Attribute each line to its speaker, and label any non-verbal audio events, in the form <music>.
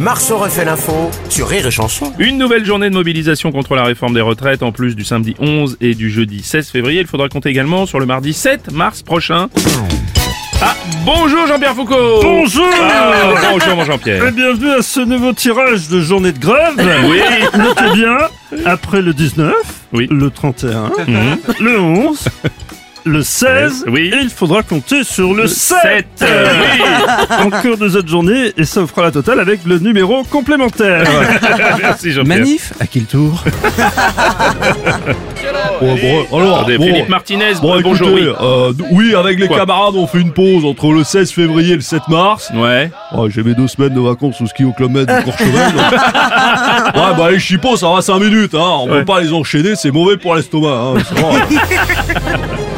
Speaker 1: Marceau refait l'info sur Rire et Chanson.
Speaker 2: Une nouvelle journée de mobilisation contre la réforme des retraites en plus du samedi 11 et du jeudi 16 février. Il faudra compter également sur le mardi 7 mars prochain. Ah, bonjour Jean-Pierre Foucault
Speaker 3: Bonjour
Speaker 2: Ah, Bonjour mon
Speaker 3: Et
Speaker 4: <laughs>
Speaker 2: Jean-Pierre
Speaker 3: bienvenue à ce nouveau tirage de journée de grève.
Speaker 2: Oui
Speaker 3: Notez bien, après le 19,
Speaker 2: Oui. Mhm.
Speaker 3: le 31, le 11, le 16,
Speaker 2: Oui.
Speaker 3: et il faudra compter sur le, 7.
Speaker 2: Sept. Euh, oui. <laughs>
Speaker 3: Encore deux autres journées, et ça vous fera la totale avec le numéro complémentaire.
Speaker 2: Ah, Merci Jean-Pierre.
Speaker 4: Manif À qui le tour Ouais, bon, alors,
Speaker 2: Attendez,
Speaker 4: bon,
Speaker 2: Philippe Martinez,
Speaker 4: bon,
Speaker 2: euh,
Speaker 4: écoutez,
Speaker 2: bonjour, oui.
Speaker 4: euh, d- oui, avec les
Speaker 2: Quoi
Speaker 4: camarades, on fait une pause entre le 16 février et le 7 mars.
Speaker 2: Ouais.
Speaker 4: Ouais, J'ai mes deux semaines de vacances au ski au Club Med de
Speaker 2: <laughs>
Speaker 4: Courchevel. donc. ouais, bah les chipots, ça va 5 minutes. Hein. On
Speaker 2: Ouais.
Speaker 4: peut pas les enchaîner, c'est mauvais pour l'estomac. Hein. c'est vrai.